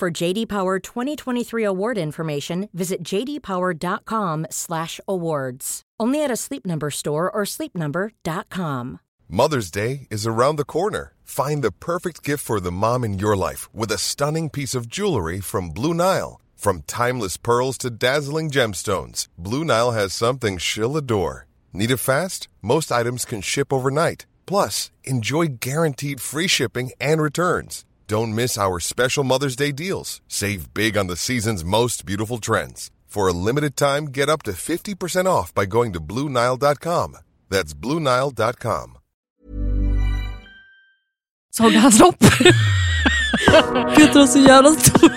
For JD Power 2023 award information, visit jdpower.com/awards. Only at a Sleep Number store or sleepnumber.com. Mother's Day is around the corner. Find the perfect gift for the mom in your life with a stunning piece of jewelry from Blue Nile. From timeless pearls to dazzling gemstones, Blue Nile has something she'll adore. Need it fast? Most items can ship overnight. Plus, enjoy guaranteed free shipping and returns. Don't miss our special Mother's Day deals. Save big on the season's most beautiful trends. For a limited time, get up to 50% off by going to BlueNile.com. That's BlueNile.com. Såg du hans lopp? Peter har så jävla stor...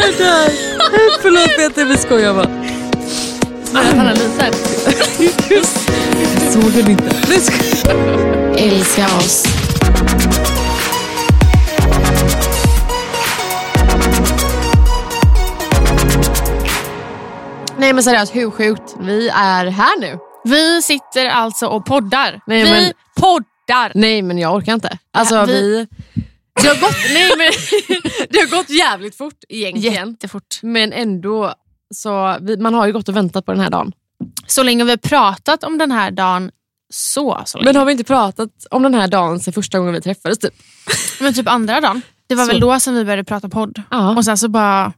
Jag dör. Förlåt Peter, vi skojar bara. Han har lite. Såg hon inte? Nej, sko- Älska oss. Nej men seriöst, hur sjukt? Vi är här nu. Vi sitter alltså och poddar. Nej, vi men- poddar! Nej men jag orkar inte. Alltså vi... Det har gått, nej, men, det har gått jävligt fort egentligen. Jättefort. Men ändå, så vi, man har ju gått och väntat på den här dagen. Så länge vi har pratat om den här dagen så, så länge. Men har vi inte pratat om den här dagen sen första gången vi träffades? Typ? Men typ andra dagen. Det var Så. väl då som vi började prata podd. Ja. Och sen så bara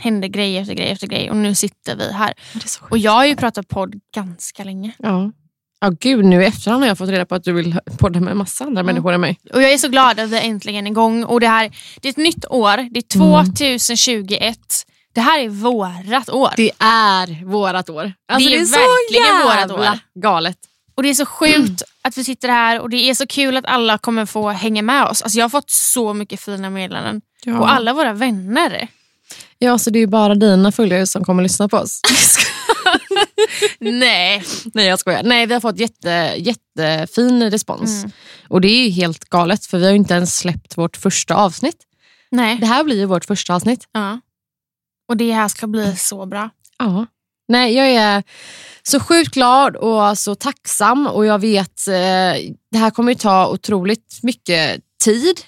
hände grej efter grej efter grej och nu sitter vi här. Och jag har ju pratat podd ganska länge. Ja. Ja gud, nu i efterhand har jag fått reda på att du vill podda med massa andra människor än mig. Och jag är så glad att vi är äntligen igång. Och det, här, det är ett nytt år, det Mm. är 2021. Det här är vårat år. Det är vårat år. Alltså, Det är så verkligen vårat jävla år. galet. Och det är så sjukt att vi sitter här och det är så kul att alla kommer få hänga med oss. Alltså jag har fått så mycket fina meddelanden. Och alla våra vänner. Ja, så det är bara dina följare som kommer lyssna på oss. Nej. Nej, jag skojar. Nej, vi har fått jätte, jättefin respons. Mm. Och det är ju helt galet, för vi har ju inte ens släppt vårt första avsnitt. Det Nej. här blir ju vårt första avsnitt. Ja. Och det här ska Mm. bli så bra. Ja. Nej, jag är så sjukt glad och så tacksam och jag vet, eh, det här kommer ju ta otroligt mycket tid.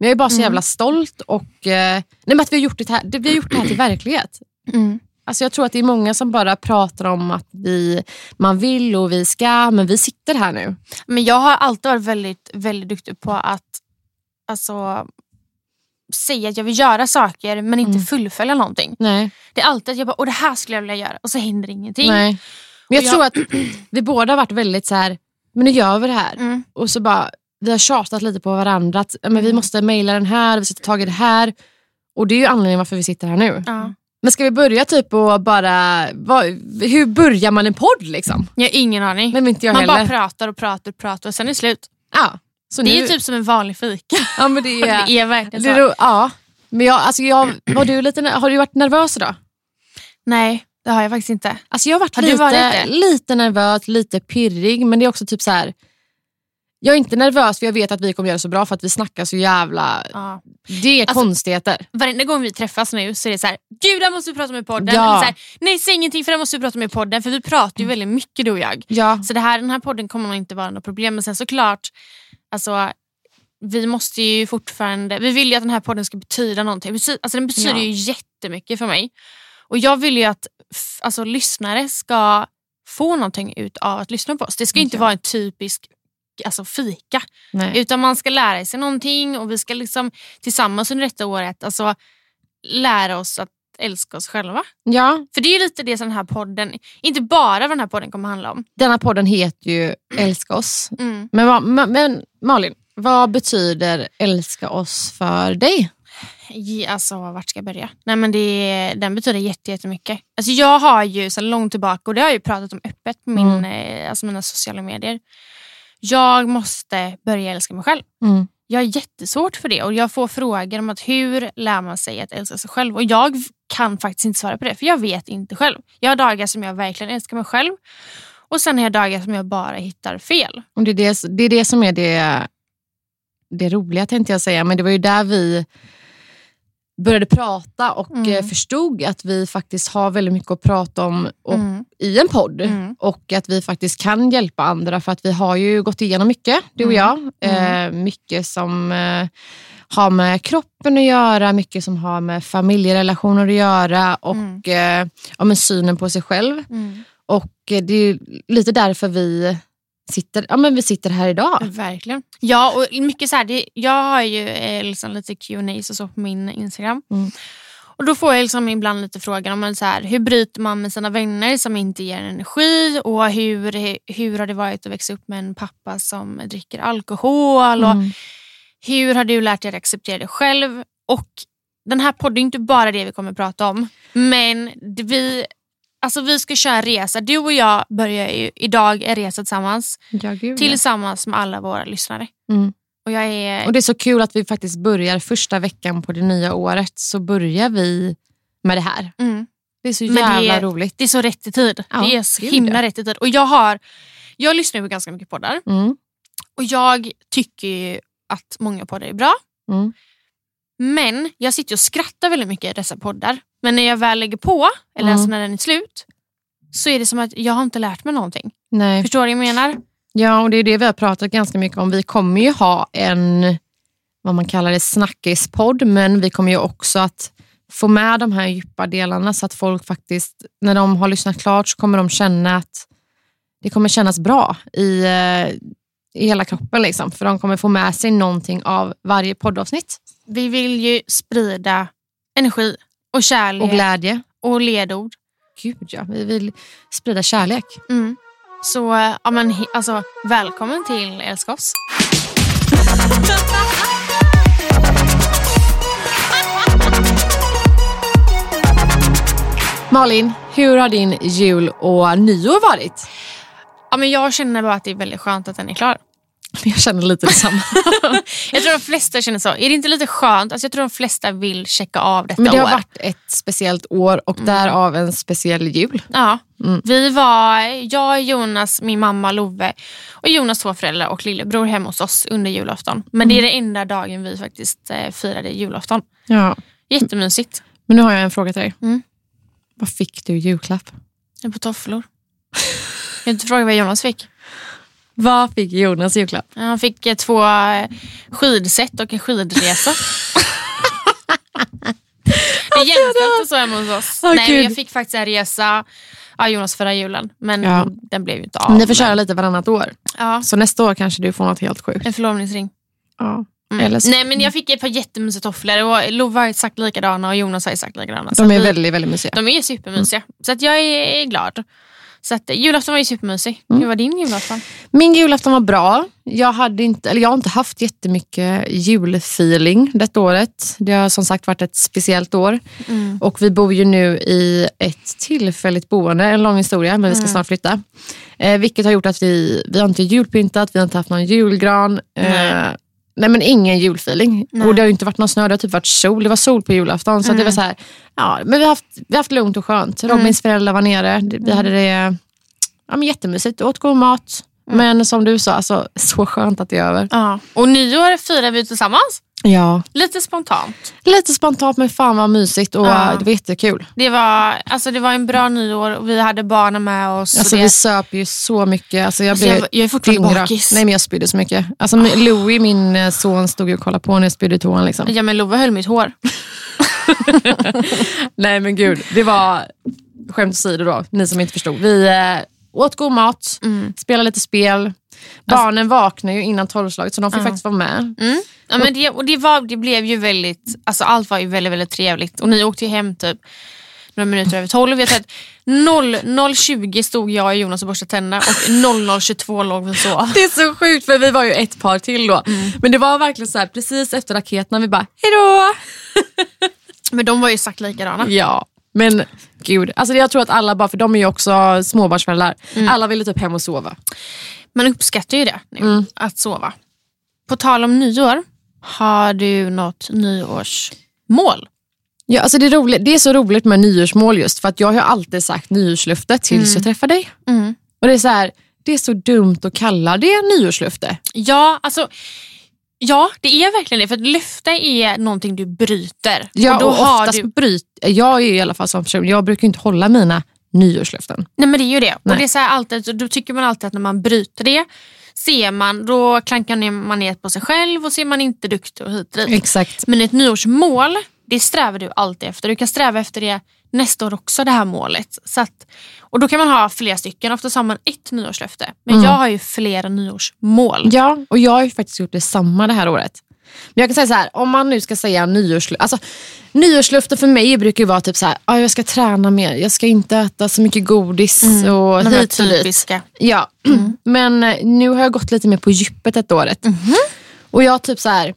Men jag är bara så Mm. jävla stolt och eh, nej, men att vi har, gjort det här, det, vi har gjort det här till verklighet. Mm. Alltså jag tror att det är många som bara pratar om att vi, man vill och vi ska, men vi sitter här nu. Men jag har alltid varit väldigt, väldigt duktig på att alltså, säga att jag vill göra saker men inte Mm. fullfölja någonting. Nej. Det är alltid att jag bara, och det här skulle jag vilja göra och så händer ingenting. Nej. Men jag, Och jag- tror att vi båda har varit väldigt så här, men nu gör vi det här. Mm. Och så bara, vi har tjatat lite på varandra att ja, men vi måste mejla den här, vi ska ta tag i det här. Och det är ju anledningen varför vi sitter här nu. Ja. Men ska vi börja typ och bara, vad, hur börjar man en podd liksom? Jag har ingen aning. Nej men inte jag Man heller. bara pratar och pratar och pratar och sen är det slut. ja, så Det nu, är ju typ som en vanlig fika. ja, men det är, Det är verkligen det så. är ro- ja. Men jag, alltså jag, var du lite, har du varit nervös idag? Nej, det har jag faktiskt inte. Alltså jag har varit, Har du lite, varit det? lite nervös, lite pirrig, men det är också typ så här. Jag är inte nervös för jag vet att vi kommer göra det så bra för att vi snackar så jävla... Ja. Alltså- Det är konstigheter. Varenda gång vi träffas nu så är det så här, gud det här måste vi prata om i podden. Ja. Mm. Eller så här, Nej säg ingenting för det här måste vi prata om i podden. För vi pratar ju väldigt mycket du och jag. Ja. Så det här, den här podden kommer nog inte vara något problem. Men sen såklart, alltså, vi måste ju fortfarande, vi vill ju att den här podden ska betyda någonting. Bety- Alltså, den betyder Ja. ju jättemycket för mig. Och jag vill ju att f- alltså, lyssnare ska få någonting ut av att lyssna på oss. Det ska inte vara en typisk alltså, fika. Nej. Utan man ska lära sig någonting och vi ska liksom tillsammans under detta året alltså, lära oss att älska oss själva. ja. För det är ju lite det som den här podden, inte bara vad den här podden kommer handla om. Denna podden heter ju Älska oss. Mm. Men, vad- ma- men Malin, vad betyder älska oss för dig? Ge- Alltså vart ska jag börja? Nej, men det, den betyder jätte, jättemycket. Alltså, jag har ju sedan långt tillbaka, och det har jag ju pratat om öppet på min, eh, alltså, mina sociala medier. Jag måste börja älska mig själv. Jag har jättesvårt för det och jag får frågor om att hur lär man sig att älska sig själv? Och jag kan faktiskt inte svara på det för jag vet inte själv. Jag har dagar som jag verkligen älskar mig själv och sen har jag dagar som jag bara hittar fel. Och det, är det, det är det som är det, det roliga tänkte jag säga, men det var ju där vi började prata och Mm. eh, förstod att vi faktiskt har väldigt mycket att prata om och, Mm. i en podd Mm. och att vi faktiskt kan hjälpa andra för att vi har ju gått igenom mycket, du och Mm. jag. Eh, mycket som eh, har med kroppen att göra, mycket som har med familjerelationer att göra och Mm. eh, ja, men synen på sig själv. Och eh, det är ju lite därför vi sitter, ja, men vi sitter här idag. Verkligen. Ja, och mycket så här, det, jag har ju eh, liksom lite Q&As och så på min Instagram. Mm. Och Då får jag liksom ibland lite frågan om men så här, hur bryter man med sina vänner som inte ger energi och hur, hur har det varit att växa upp med en pappa som dricker alkohol och Mm. hur har du lärt dig att acceptera dig själv? Och Den här podden är inte bara det vi kommer prata om men det- vi, alltså vi ska köra en resa. Du och jag börjar ju idag en resa tillsammans Ja, gud, ja. tillsammans med alla våra lyssnare. Mm. Och jag är... Och det är så kul att vi faktiskt börjar första veckan på det nya året så börjar vi med det här. Mm. Det är så Men det jävla är- roligt. Det är så rätt i tid. Ja, det är så gud, himla ja. rätt i tid. Och jag, har, jag lyssnar ju på ganska mycket poddar Mm. och jag tycker ju att många poddar är bra. Mm. Men jag sitter och skrattar väldigt mycket i dessa poddar. Men när jag väl lägger på, eller Mm. alltså när den är slut, så är det som att jag har inte lärt mig någonting. Nej. Förstår du vad jag menar? Ja, och det är det vi har pratat ganska mycket om. Vi kommer ju ha en, vad man kallar det, snackispodd, men vi kommer ju också att få med de här djupa delarna så att folk faktiskt, när de har lyssnat klart så kommer de känna att det kommer kännas bra i, eh, i hela kroppen. Liksom. För de kommer få med sig någonting av varje poddavsnitt Vi vill ju sprida energi och kärlek och och, glädje. ledord. Gud ja, vi vill sprida kärlek. Mm. Så eh, ja, men, he- alltså, välkommen till Älska oss. Malin, hur har din jul och nyår varit? Ja, men jag känner bara att det är väldigt skönt att den är klar. Jag känner lite detsamma. Jag tror de flesta känner så. Är det inte lite skönt? Alltså, jag tror de flesta vill checka av detta Men det år. har varit ett speciellt år och därav en speciell jul. Ja. Mm. Vi var, jag, Jonas, min mamma Love och Jonas två föräldrar och lillebror hemma hos oss under julafton. Men Mm. det är den enda dagen vi faktiskt eh, firade julafton. Ja. Jättemysigt. Men nu har jag en fråga till dig. Mm. Vad fick du i julklapp? Mm. Jag är på tofflor. Jag inte fråga vad Jonas fick. Vad fick Jonas i julklapp? Han fick eh, två eh, skidset och en skidresa. Det jämställdes så hemma hos oss. Alltså, Åh, Nej, men Gud. jag fick faktiskt en resa ja, Jonas förra julen, men Ja. den blev ju inte av. Ni får köra men, lite varannat år. ja, Så nästa år kanske du får något helt sjukt. en förlovningsring. Ja. Mm. Eller så. Nej, men jag fick ett par jättemysiga tofflor och Lova har exakt likadana och Jonas har exakt likadana. Så De att är vi- väldigt, Mm. väldigt mysiga. de är supermysiga, så att jag är glad. Så att, eh, julafton var ju supermysig. Mm. Hur var din julafton? Min julafton var bra. Jag, hade inte, eller jag har inte haft jättemycket julfeeling detta året. Det har som sagt varit ett speciellt år. Och vi bor ju nu i ett tillfälligt boende, en lång historia, men vi ska snart flytta. Eh, vilket har gjort att vi, vi har inte julpyntat, vi har inte haft någon julgran. Eh, Nej. nej. men ingen julfeeling. Och det har ju inte varit någon snö, det har typ varit sol. Det var sol på julafton. Så att det var så här, ja, men vi har haft, vi har haft lugnt och skönt. Robins föräldrar var nere, Det- vi hade det ja, men jättemysigt, åt god mat. Men som du sa, alltså, så skönt att det är över. Ja. Och nyår firar vi tillsammans, Ja. lite spontant. Lite spontant men fan vad mysigt och Ja. eh, det var jättekul. Det var, alltså det var en bra nyår och vi hade barnen med oss. Alltså, och vi det, söp ju så mycket. Alltså, jag, Alltså, blev jag var- jag är fortfarande dyngrak. bakis. Nej men jag spydde så mycket. Alltså, min- Louis, min eh, son, stod ju och kollade på när jag spydde i toan. Liksom. ja, men Lova höll mitt hår. Nej men gud, det var skämt åsido då, ni som inte förstod. Vi eh, åt god mat, spelade lite spel. Barnen vaknade ju innan tolvslaget så de fick faktiskt vara med. Mm. Ja, men det, och det, var, det blev ju väldigt, alltså allt var ju väldigt, väldigt trevligt. Och ni åkte ju hem typ några minuter över tolv. Jag tror att 00 00.20 stod jag och Jonas och borstade tänderna och 00.22 låg vi och sov. Det är så sjukt för vi var ju ett par till då. Men det var verkligen så här precis efter raketerna, vi bara hejdå. Men de var ju exakt likadana. Ja, men gud. Alltså jag tror att alla, bara för de är ju också småbarnsföräldrar, alla ville typ hem och sova. Man uppskattar ju det nu, att sova. På tal om nyår Har du något nyårsmål? Ja, alltså det, är roligt, det är så roligt med nyårsmål just för att jag har ju alltid sagt nyårslöfte tills jag träffar dig. Och det är så här, det är så dumt att kalla det nyårslöfte. Ja, alltså, ja, det är verkligen det. För att löfte är någonting du bryter. Ja, och och då har oftast du... bryt, jag är ju i alla fall som person, jag brukar ju inte hålla mina nyårslöften. Nej men det är ju det. Nej. Och det är så här alltid, då tycker man alltid att när man bryter det ser man, då klankar ner- man ner på sig själv och ser man inte duktig och hit och dit. Exakt. Men ett nyårsmål, det strävar du alltid efter. Du kan sträva efter det nästa år också, det här målet. Så att, och då kan man ha flera stycken. Oftast har man ett nyårslöfte. Men Mm. jag har ju flera nyårsmål. Ja, och jag har ju faktiskt gjort detsamma det här året. Men jag kan säga så här, om man nu ska säga nyårslöften. Alltså, nyårslöften för mig brukar ju vara typ så här, ah, jag ska träna mer, jag ska inte äta så mycket godis och De här hit och dit. typiska. Ja, men eh, nu har jag gått lite mer på djupet ett året. Och jag typ så här,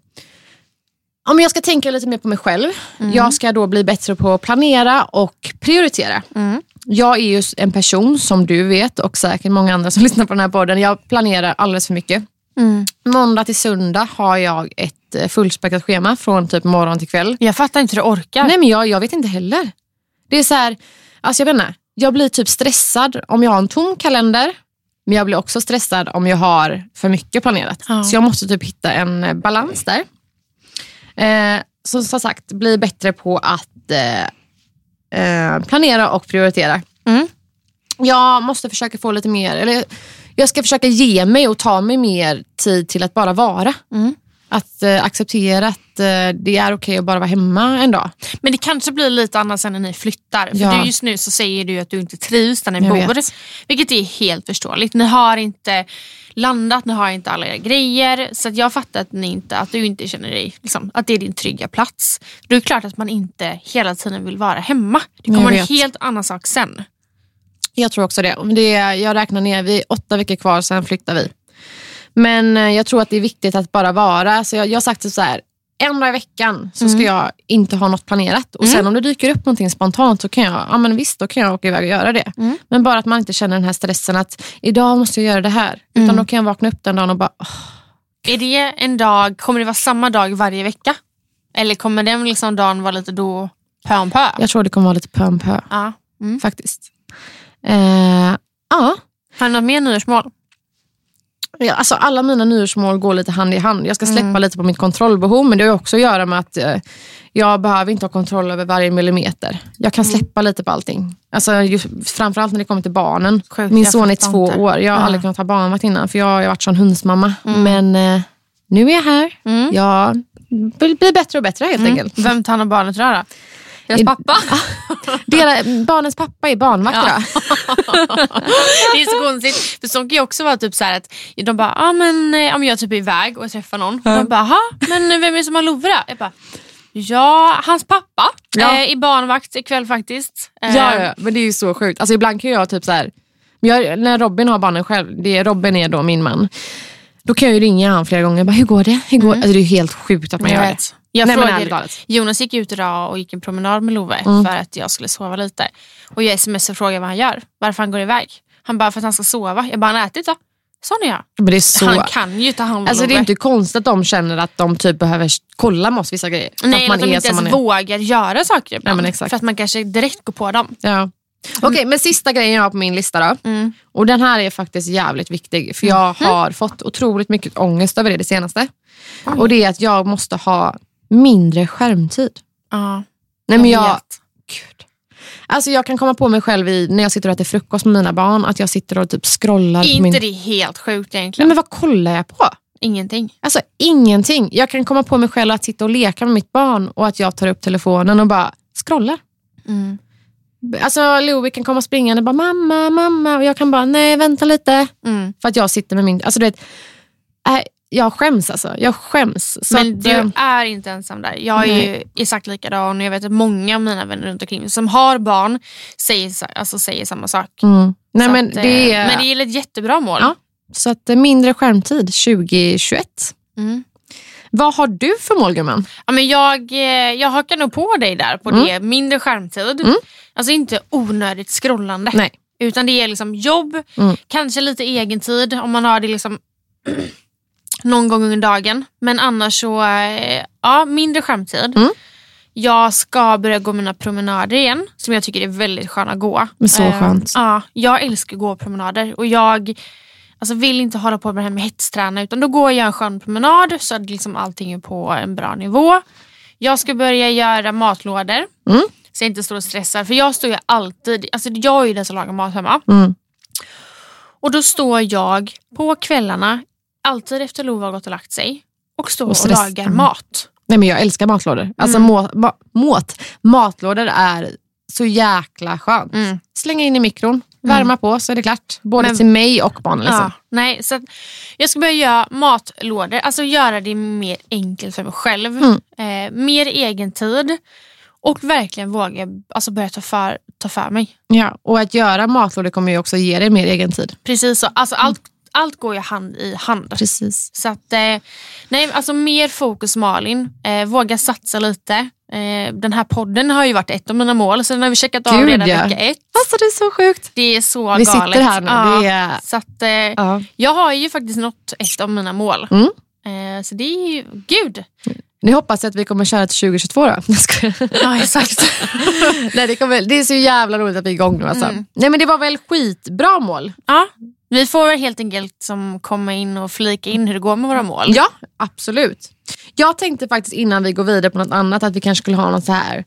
ja, men jag ska tänka lite mer på mig själv. Jag ska då bli bättre på att planera och prioritera. Jag är ju en person som du vet och säkert många andra som lyssnar på den här podden. Jag planerar alldeles för mycket. Måndag till söndag har jag ett eh, fullspäckat schema från typ morgon till kväll. Jag fattar inte hur du orkar. Nej men jag, jag vet inte heller. Det är så här, alltså jag vet inte, jag blir typ stressad om jag har en tom kalender. Men jag blir också stressad om jag har för mycket planerat. Ja. Så jag måste typ hitta en eh, balans där. Eh, så som sagt, bli bättre på att eh, eh, planera och prioritera. Mm. Jag måste försöka få lite mer, eller jag ska försöka ge mig och ta mig mer tid till att bara vara. Mm. Att eh, acceptera att eh, det är okej att bara vara hemma en dag. Men det kanske blir lite annat sen när ni flyttar. För Ja. du, just nu så säger du att du inte trivs där ni Jag bor. vet. Vilket är helt förståeligt. Ni har inte landat, ni har inte alla era grejer. Så att jag fattar att, ni inte, att du inte känner dig, liksom, att det är din trygga plats. Då är det klart att man inte hela tiden vill vara hemma. Det Jag kommer en vet. helt annan sak sen. Jag tror också det. Om det är- jag räknar ner, vi är åtta veckor kvar, sen flyttar vi. Men eh, jag tror att det är viktigt att bara vara. Så jag, jag har sagt typ så här, en dag i veckan så ska jag inte ha något planerat. Och sen om det dyker upp någonting spontant så kan jag, ja men visst, då kan jag åka iväg och göra det. Men bara att man inte känner den här stressen att idag måste jag göra det här. Utan då kan jag vakna upp den dagen och bara, "Åh, Är det en dag, kommer det vara samma dag varje vecka? Eller kommer den liksom dagen vara lite då, pö om pö? jag tror det kommer vara lite pö om pö Ja. Mm. faktiskt. Eh, ja, Har du något mer nyårsmål? Ja, alltså alla mina nyårsmål går lite hand i hand. Jag ska Mm. släppa lite på mitt kontrollbehov, men det har ju också att göra med att eh, jag behöver inte ha kontroll över varje millimeter. Jag kan Mm. släppa lite på allting. Alltså, just, framförallt när det kommer till barnen. Sjukt, Min jag son är fattar två inte. år. Jag har Ja. Mm. aldrig kunnat ha barnvakt innan, för jag har ju varit sån hundsmamma. Men eh, nu är jag här. Jag blir blir bättre och bättre helt Mm. enkelt. Vem tar hand om barnet idag då? Deras I- pappa? Dela, barnens pappa är barnvakt Ja. idag. det är så konstigt. För så kan ju också vara typ så här att de bara, ah, men, eh, om jag typ är iväg och träffar någon. De bara, aha, men vem är det som har Love då? Jag bara, ja, hans pappa Ja. eh, i barnvakt ikväll faktiskt. Eh, Ja, ja, men det är ju så sjukt. Alltså, ibland kan jag typ så här, men jag, när Robin har barnen själv, det är, Robin är då min man, då kan jag ju ringa han flera gånger. Bara, hur går det? Hur går? Alltså, det är ju helt sjukt att man Mm. Jag gör vet. det. eh, Jag Nej, men ärligt frågade, talat. Mm. Jonas gick ut idag och gick en promenad med Love för att jag skulle sova lite. Och jag smsar och frågar vad han gör, varför han går iväg. Han bara, för att han ska sova. Jag bara, han har ätit då. Sån är jag. Men det är så... Han kan ju ta hand om Alltså, det är Love. inte konstigt att de känner att de typ behöver kolla med oss vissa grejer. Nej, att man att de är inte som ens man är. vågar göra saker ibland. men exakt. För att man kanske direkt går på dem. Ja. Okej, men sista grejen jag har på min lista då. Mm. Och den här är faktiskt jävligt viktig. För jag Mhm. har fått otroligt mycket ångest över det, det senaste. Och det är att jag måste ha mindre skärmtid. Ja, Nej, men jag jag, vet. Gud. Alltså jag kan komma på mig själv i, när jag sitter och äter frukost med mina barn att jag sitter och typ scrollar. Är på min... inte det helt sjukt Nej, egentligen? men vad kollar jag på? Ingenting. Alltså ingenting. Jag kan komma på mig själv att sitta och leka med mitt barn och att jag tar upp telefonen och bara scrollar. Mm. Alltså Louie kan komma springande och bara mamma, mamma och jag kan bara nej vänta lite. Mm. För att jag sitter med min... Alltså, du vet, äh, jag skäms alltså. Jag skäms. Så Men att, du eh, är inte ensam där. Jag är ju Nej. exakt likadan och jag vet att många av mina vänner runt omkring mig som har barn säger, sa- alltså, säger samma sak. Mm. Nej, Så men, att, eh, det är, men det är ett jättebra mål. Ja. Så att eh, mindre skärmtid 2021. Mm. Vad har du för mål gumman? Ja, men jag, eh, jag hakar nog på dig där på Mm. det. Mindre skärmtid. Alltså inte onödigt scrollande. Nej. Utan det är liksom jobb, Mm. kanske lite egen tid om man har det liksom någon gång under dagen. Men annars så, eh, ja, mindre skärmtid. Mm. Jag ska börja gå mina promenader igen, som jag tycker är väldigt sköna att gå. Men så Eh, skönt. Ja, jag älskar att gå promenader och jag alltså, vill inte hålla på med det här med hetsträna utan då går jag en skön promenad så att liksom allting är på en bra nivå. Jag ska börja göra matlådor Mm. så jag inte står och stressar för jag står ju alltid, alltså jag är ju den som lagar mat hemma. Mm. Och då står jag på kvällarna, alltid efter Lova har gått och lagt sig och står Och och, stressar. lagar mat. Nej, men jag älskar matlådor. Alltså må, ma, måt. Matlådor är så jäkla skönt. Mm. Slänga in i mikron, värma på så är det klart. Både Men- till mig och barnen. Liksom. Ja, nej, så att jag ska börja göra matlådor, alltså göra det mer enkelt för mig själv. Mm. Eh, mer egen tid och verkligen våga alltså börja ta för, ta för mig. Ja, och att göra matlådor kommer ju också ge dig mer egen tid. Precis så, alltså allt, allt går ju hand i hand. Precis. Så att, eh, nej, alltså mer fokus Malin, eh, våga satsa lite. Eh, den här podden har ju varit ett av mina mål, så den har vi checkat av Gud, redan ja. vecka ett. Alltså det är så sjukt. Det är så Vi galet. sitter här nu. Ja, Det är, så att, eh, ja. Jag har ju faktiskt nått ett av mina mål. Mm. Eh, så det är ju, gud! Nu hoppas jag att vi kommer köra till 2022 då. Jag skojar. Ja exakt. Nej, det, kommer, det är så jävla roligt att vi är igång nu. Alltså. Nej, men det var väl skitbra mål? ja, vi får väl helt enkelt som komma in och flika in hur det går med våra mål. Ja, absolut. Jag tänkte faktiskt innan vi går vidare på något annat att vi kanske skulle ha något så här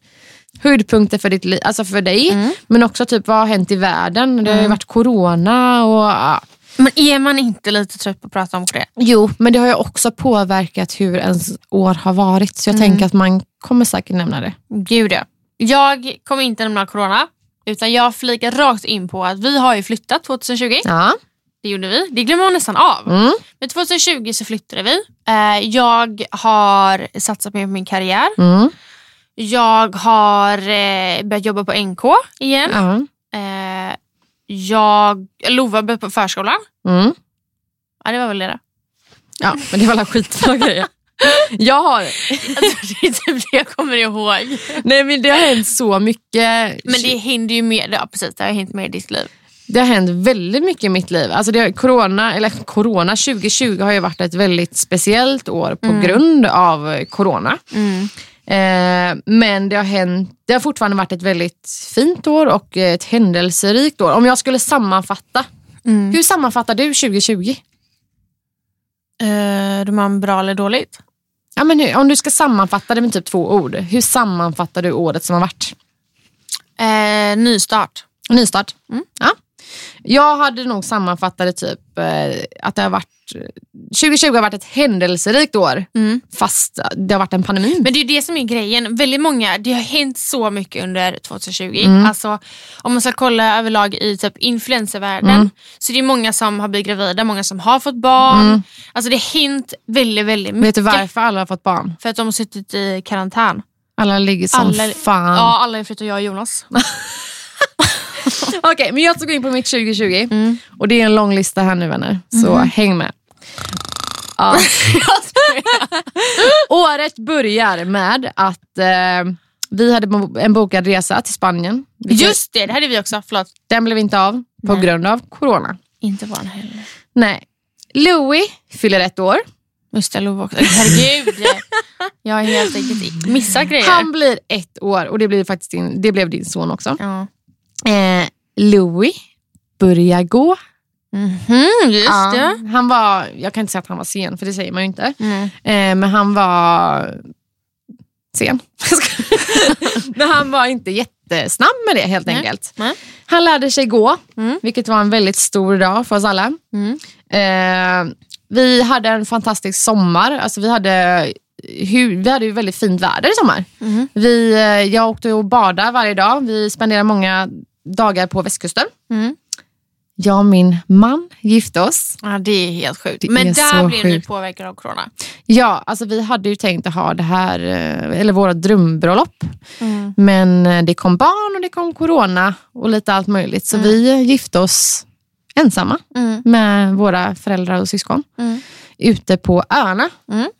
höjdpunkter för, ditt li- alltså för dig, men också typ vad har hänt i världen? Det har ju varit corona och ja. Men är man inte lite trött på att prata om det? Jo, men det har ju också påverkat hur ens år har varit. Så jag tänker att man kommer säkert nämna det. Gud ja. Jag kommer inte nämna corona, utan jag flikar rakt in på att vi har ju flyttat 2020. Ja. Det gjorde vi. Det glömmer man nästan av. Mm. Men 2020 så flyttade vi. Eh, jag har satsat mer på min karriär. Mm. Jag har eh, börjat jobba på NK igen. Ja. Eh, jag Lova började på förskolan. Mm. Ja, det var väl det. då. ja, men det var alla skitbra grejer. Jag har, Alltså, det är typ det jag kommer ihåg. nej men det har hänt så mycket. Men det händer ju mer. Ja, precis. Det har hänt mer i ditt liv. Det har hänt väldigt mycket i mitt liv. Alltså det, har- corona, eller corona 2020 har ju varit ett väldigt speciellt år på grund av eh, corona. Eh, men det har, hänt, det har fortfarande varit ett väldigt fint år och eh, ett händelserikt år. Om jag skulle sammanfatta, hur sammanfattar du 2020? Eh, de har bra eller dåligt? Ja, men hur, om du ska sammanfatta det med typ två ord, hur sammanfattar du året som har varit? Eh, nystart. Nystart. Mm. Ja. Jag hade nog sammanfattat det typ eh, att det har varit, 2020 har varit ett händelserikt år fast det har varit en pandemi. Mm. Men det är ju det som är grejen. Väldigt många, det har hänt så mycket under 2020. Alltså, om man ska kolla överlag i typ influencervärlden så det är många som har blivit gravida, många som har fått barn. Alltså det har hänt väldigt, väldigt mycket. Vet du varför alla har fått barn? För att de har suttit i karantän. Alla ligger som Alla- fan. Ja, alla förutom jag och Jonas. Okej, men jag ska gå in på mitt 2020 Mm. och det är en lång lista här nu vänner, så Mm-hmm. häng med. Ja. Året börjar med att eh, vi hade bo- en bokad resa till Spanien. vilket- Just det, det hade vi också. Förlåt. Den blev inte av på Nej. grund av corona. Inte våran heller. Nej. Louis fyller ett år. Just det, Lova också. Herregud. jag har helt enkelt missat grejer. Han blir ett år och det, blir faktiskt din, det blev din son också. Ja. Eh, Louis börjar gå. Mhm, just det. Ja, han var, jag kan inte säga att han var sen, för det säger man ju inte. Mm. Eh, men han var sen. men han var inte jättesnabb med det helt Nej. enkelt. Nej. Han lärde sig gå, Mm. vilket var en väldigt stor dag för oss alla. Mm. Eh, vi hade en fantastisk sommar. Alltså, vi, hade, hu- vi hade ju väldigt fint väder i sommar. Mm. Vi, eh, jag åkte och badade varje dag. Vi spenderade många dagar på västkusten. Mm. Jag och min man gifte oss. Ja, det är helt sjukt. Det är Men så där blev ni sjukt. påverkade av corona. Ja, alltså vi hade ju tänkt att ha det här, eh, eller våra drömbröllop. Mm. Men eh, det kom barn och det kom corona och lite allt möjligt. Så vi eh, gifte oss ensamma Mm. med våra föräldrar och syskon Mm. ute på öarna. Mm.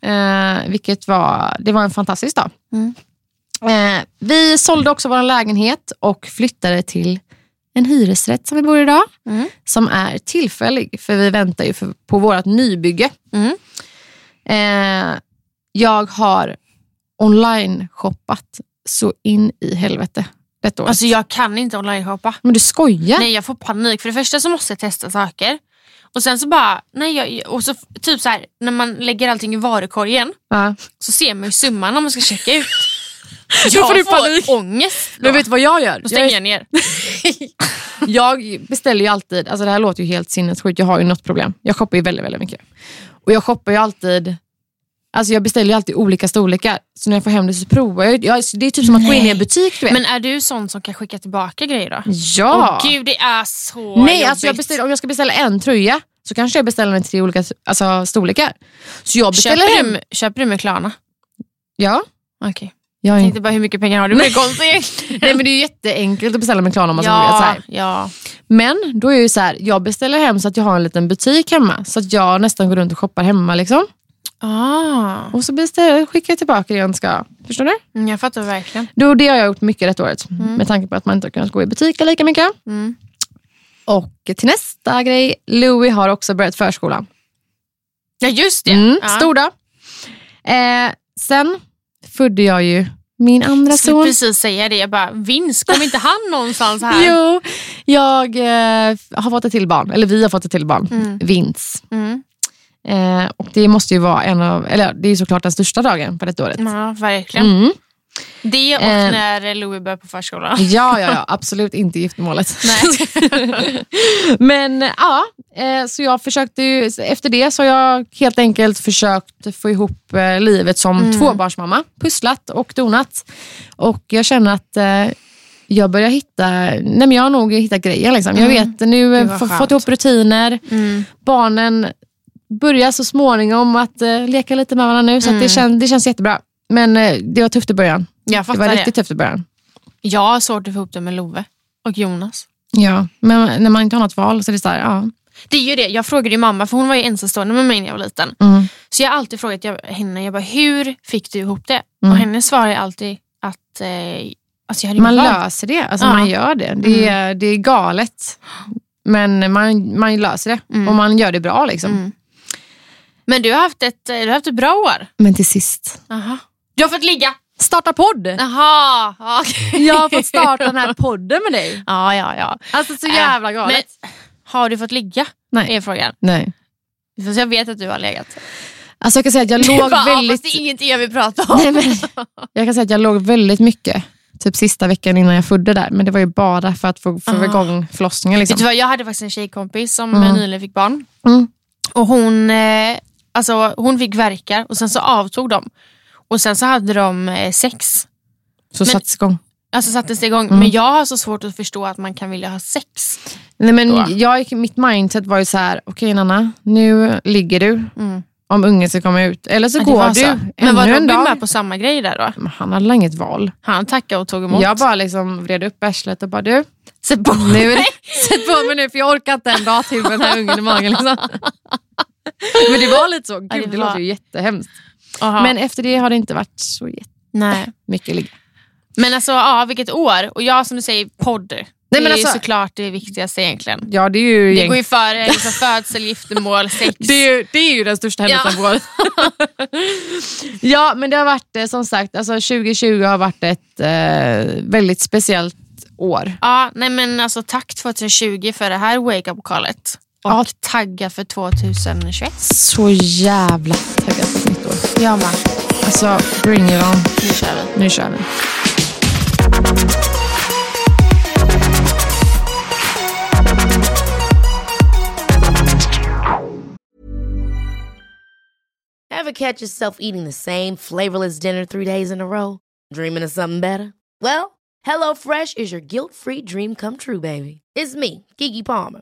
Eh, vilket var, det var en fantastisk dag. Mm. Eh, vi sålde också vår lägenhet och flyttade till en hyresrätt som vi bor i idag. Mm. Som är tillfällig, för vi väntar ju för, på vårt nybygge. Mm. Eh, jag har online-shoppat så in i helvete detta året. Alltså jag kan inte online-shoppa. men du skojar? Nej jag får panik. För det första så måste jag testa saker. Och sen så bara, nej jag, och så typ så här, när man lägger allting i varukorgen Ja. så ser man ju summan om man ska checka ut. Då får du får panik. ångest. Då, Men vet du vad jag gör? då Jag, stänger är- jag ner. jag beställer ju alltid, alltså det här låter ju helt sinnessjukt, jag har ju något problem. Jag shoppar ju väldigt, väldigt mycket. Och jag shoppar ju alltid, alltså jag beställer ju alltid olika storlekar. Så när jag får hem det så provar jag, ju- jag det är typ som att gå in i en butik du vet. Men är du sån som kan skicka tillbaka grejer då? ja! Åh gud det är så Nej, jobbigt. alltså jag beställer, om jag ska beställa en tröja så kanske jag beställer den i tre olika alltså, storlekar. Så jag beställer köper, hem... du, köper du med Klarna? Ja. Okej. Jag är Jag inte... tänkte bara hur mycket pengar har du? Men det är konstigt. Nej, men det är ju jätteenkelt att beställa med Klarna om man så vill. Så ja, här. ja. Men då är jag ju så här, jag beställer hem så att jag har en liten butik hemma. Så att jag nästan går runt och shoppar hemma. Liksom. Ah. Och så beställer, skickar jag tillbaka det jag inte ska. Förstår du? Mm, Jag fattar verkligen. Då, det har jag gjort mycket detta året. Med tanke på att man inte har kunnat gå i butiker lika mycket. Mm. Och till nästa grej, Louis har också börjat förskolan. Ja just det. Mm, ja. Stor dag. Eh, sen födde jag ju min andra Jag skulle son. precis säga det. Jag bara, Vince kom inte han någonstans här? Jo, jag eh, har fått ett till barn. Eller vi har fått ett till barn. Mm. Vince. Mm. Eh, och det måste ju vara en av, eller det är ju såklart den största dagen på detta året. Ja, verkligen. Mm. Det och Eh. när Louis började på förskolan. Ja, ja, ja, absolut inte giftermålet. Nej. Men eh, ja, eh, så jag försökte ju, efter det så har jag helt enkelt försökt få ihop eh, livet som Mm. tvåbarnsmamma. Pusslat och donat. Och jag känner att eh, jag börjar hitta, nej men jag har nog hittat grejer. Liksom. Jag vet, nu Det var eh, få- Mm. skönt. Mm. fått ihop rutiner. Barnen börjar så småningom att eh, leka lite med varandra nu. Så att det, kän, det känns jättebra. Men eh, det var tufft i början. Mm. Jag Det fattar var det. riktigt tufft i början. Jag har svårt att få ihop det med Love och Jonas. Ja, men när man inte har något val så är det så här, ja. Det är ju det. Jag frågade ju mamma, för hon var ju ensamstående med mig när jag var liten. Mm. Så jag har alltid frågat jag, henne, jag bara, hur fick du ihop det? Och hennes svar är alltid att eh, alltså jag hade Mm. Man inget val. löser det. Alltså Ja. Mm. Man gör det. Det är, det är galet. Men man, man löser det. Och man gör det bra. liksom. Mm. Men du har haft ett, eh, du har haft ett bra år. Men till sist. Aha. Du har fått ligga. Starta podd! Jaha, ja, okej. Jag har fått starta den här podden med dig. ja, ja, ja. Alltså så jävla Äh, galet. men har du fått ligga? Nej. Är frågan. Nej. För jag vet att du har legat. Alltså jag kan säga att jag Bara, låg ja, Fast väldigt... det är ingenting jag vill prata om. Nej, men, jag kan säga att jag låg väldigt mycket. Typ sista veckan innan jag födde där. Men det var ju bara för att få, få Ah. igång förlossningen. Liksom. Vet du vad, jag hade faktiskt en tjejkompis som Mm. eh, nyligen fick barn. Mm. Och hon, eh, alltså, hon fick verkar och sen så avtog de. Och sen så hade de eh, sex. Så men- sattes igång. Alltså sattes det Mm. igång. Men jag har så svårt att förstå att man kan vilja ha sex. Nej, men Då. jag, gick- mitt mindset var ju så här, okej Nanna, nu ligger du. Mm. Om ungen ska komma ut. Eller så Ja, det går var du så. Men ännu var en Robin dag. med på samma grej där då? Men Han hade inget val. Han tackade och tog emot. Jag bara liksom vred upp arslet och bara, du, Sätt på nu är det, sätt på mig nu för jag orkar inte en dag till med den här ungen i magen. Liksom. Men det var lite så. Gud, det det, var- låter ju jättehemskt. Aha. Men efter det har det inte varit så Nej. jättemycket ligg. Men alltså, ja, vilket år. Och jag som du säger, podd. det men är ju alltså- såklart det viktigaste egentligen. Ja, det är ju, Det gäng- går ju före liksom, födsel, giftermål, sex. det är ju, det är ju den största händelsen Ja. på året. ja, men det har varit eh, som sagt, alltså 2020 har varit ett eh, väldigt speciellt år. Ja, nej men alltså tack 2020 för det här wake up callet. Och Ja. tagga för 2021. Så jävla taggad på ett nytt år. Ja, man. Alltså, bring it on. Nu kör vi. Nu kör vi. Ever catch yourself eating the same flavorless dinner three days in a row? Dreaming of something better? Well, HelloFresh is your guilt free dream come true, baby. It's me, Gigi Palmer.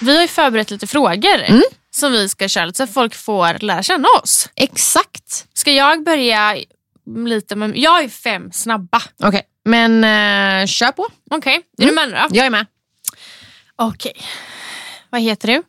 Vi har ju förberett lite frågor Mm. som vi ska köra lite så att folk får lära känna oss. Exakt. Ska jag börja lite med... Jag är fem snabba. Okej, men eh, kör på. Okej, är du med nu då? Jag är med. Okej. Vad heter du?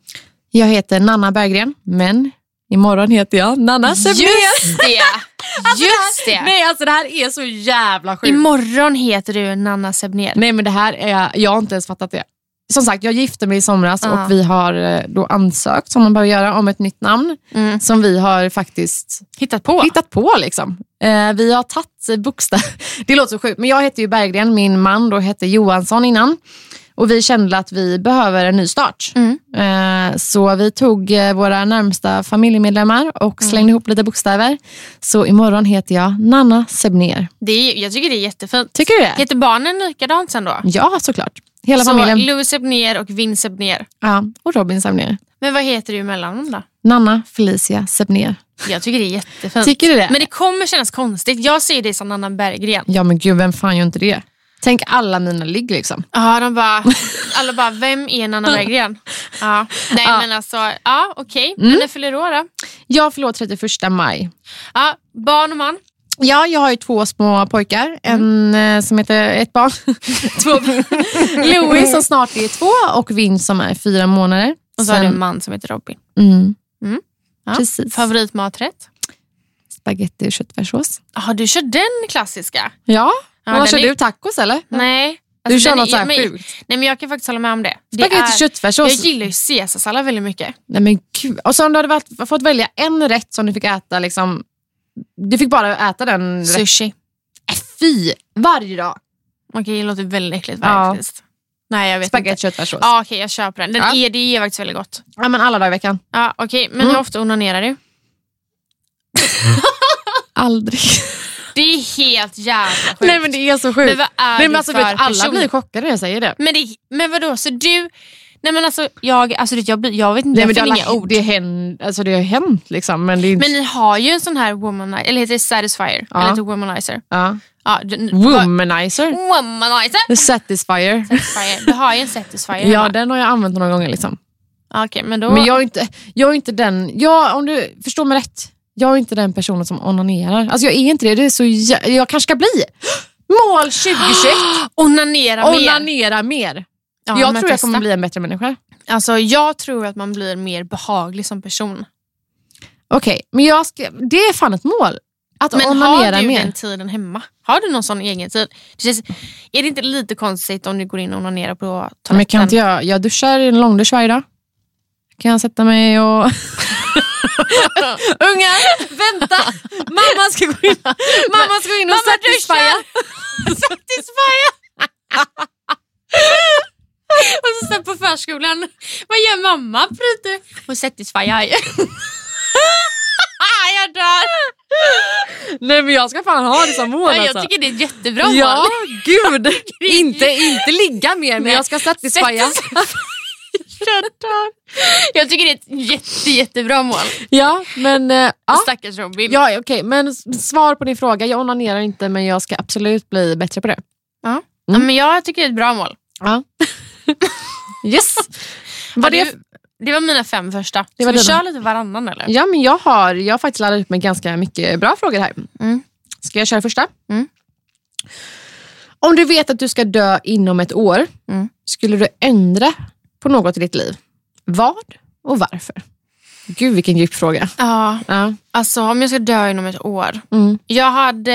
Jag heter Nanna Berggren, men imorgon heter jag Nanna Sebelius. Just det! Just det! Nej, alltså det här är så jävla sjukt. Imorgon heter du Nanna Sebner. Nej men det här är, jag har inte ens fattat det. Som sagt, jag gifte mig i somras Ja. och vi har eh, då ansökt, som man behöver göra, om ett nytt namn. Mm. Som vi har faktiskt Hittat på. hittat på. Liksom. Eh, vi har tagit eh, bokstav... Det låter så sjukt, men jag hette ju Berggren, min man då hette Johansson innan. Och vi kände att vi behöver en ny start. Mm. Eh, så vi tog eh, våra närmsta familjemedlemmar och Mm. slängde ihop lite bokstäver. Så imorgon heter jag Nanna Sebner. Det är, jag tycker det är jättefint. Tycker du det? Heter barnen likadant sen då? Ja, såklklart. Hela så familjen. Louis Sebner och Vin Sebner. Ja, och Robin Sebner. Men vad heter du mellan dem då? Nanna Felicia Sebner. Jag tycker det är jättefint. Tycker du det? Men det kommer kännas konstigt. Jag ser dig som Nanna Berggren. Ja men gud, vem fan gör inte det? Tänk alla mina ligg liksom. Ja, de bara, alla bara, vem är Nanna Berggren? Ja. Nej Ja. Mm. men alltså, ja okej. Men när fyller du år då? Jag förlorar 31 maj. Ja, barn och man. Ja, jag har ju två små pojkar. En eh, som heter ett barn. två barn. Louis som snart är två och Vin som är fyra månader. Och så har du en man som heter Robin. mm, Ja. Precis. Favoritmaträtt? spagetti och köttfärssås. Ja, du kör den klassiska. Ja, Ja, vad den kör är- du? Tacos eller? Nej. Mm. Du Alltså, kör den är- något så här men- sjukt. Nej men jag kan faktiskt hålla med om det. det Spagetti är- och köttfärssås. Jag gillar ju caesarsallad väldigt mycket. Nej men gud. Och så om du hade varit, fått välja en rätt som du fick äta, liksom, du fick bara äta den rätten. Sushi. Äh, Fy! Varje dag. Okej, det låter väldigt äckligt Ja. faktiskt. Nej, jag vet Spagetti inte. köttfärssås. Ja, okej, jag köper den. den Ja. är, det är faktiskt väldigt gott. Ja, men alla dagar i veckan. Ja, okej, men Mm. hur ofta onanerar du? Aldrig. Det är helt jävla sjukt. Nej men det är så sjukt. Men vad är Nej, du men alltså, för vet, alla person? Mm, blir chockade när jag säger det. Men, det, men vadå, så du... Nej men alltså, jag, alltså, du vet, jag, blir- jag vet inte, Nej, jag men det, finner har, inga hänt- ord. det, hänt, alltså, det har hänt liksom. Men det är inte... Men ni har ju en sån här womanizer, eller heter det satisfier? Ja. Eller heter det womanizer? ja. Ja, du, Womanizer. vad- Mm. Womanizer! The Satisfyer. Satisfier. Du har ju en satisfier Ja, hemma. den har jag använt några gånger. Liksom. Ja, Okej, men då... Men jag är, inte, jag är inte den... Jag, om du förstår mig rätt. Jag är inte den personen som onanerar. Alltså jag är inte det. det är så jä- jag kanske ska bli. Mål 2021. Onanera mer. Onanera mer. Ja, jag men tror jag testa. kommer bli en bättre människa. Alltså, jag tror att man blir mer behaglig som person. Okej, men jag ska, det är fan ett mål. Att Men har onanera du mer. den tiden hemma? Har du någon sån egen tid? Det känns, är det inte lite konstigt om du går in och onanerar på toaletten? Men kan inte jag, jag duschar i en långdusch varje dag. Kan jag sätta mig och... Unga, vänta! Mamma ska gå in, Mamma ska gå in och Mamma satisfya. Satisfya! och så sen på förskolan, vad gör mamma Pryte? Hon satisfyer. jag dör! Nej men jag ska fan ha det som mål Ja, alltså. jag tycker det är ett jättebra ja, mål. gud! inte, inte ligga mer men Nej. jag ska satisfya. Jag dör. Jag tycker det är ett jätte, jättebra mål. ja, men... eh, ja. Stackars Robin. Ja, okej. Men s- svar på din fråga. Jag onanerar inte, men jag ska absolut bli bättre på det. Ja, men jag tycker det är ett bra mål. Ja. yes. Var Ja, det... du- det var mina fem första. Det Ska var vi dina. köra lite varannan eller? Ja, men jag har, jag har faktiskt laddat upp med ganska mycket bra frågor här. Mm. Ska jag köra första? Mm. Om du vet att du ska dö inom ett år, Mm. skulle du ändra på något i ditt liv? Vad och varför? Gud, vilken djup fråga. Ja, Ja. alltså om jag ska dö inom ett år. Mm. Jag hade...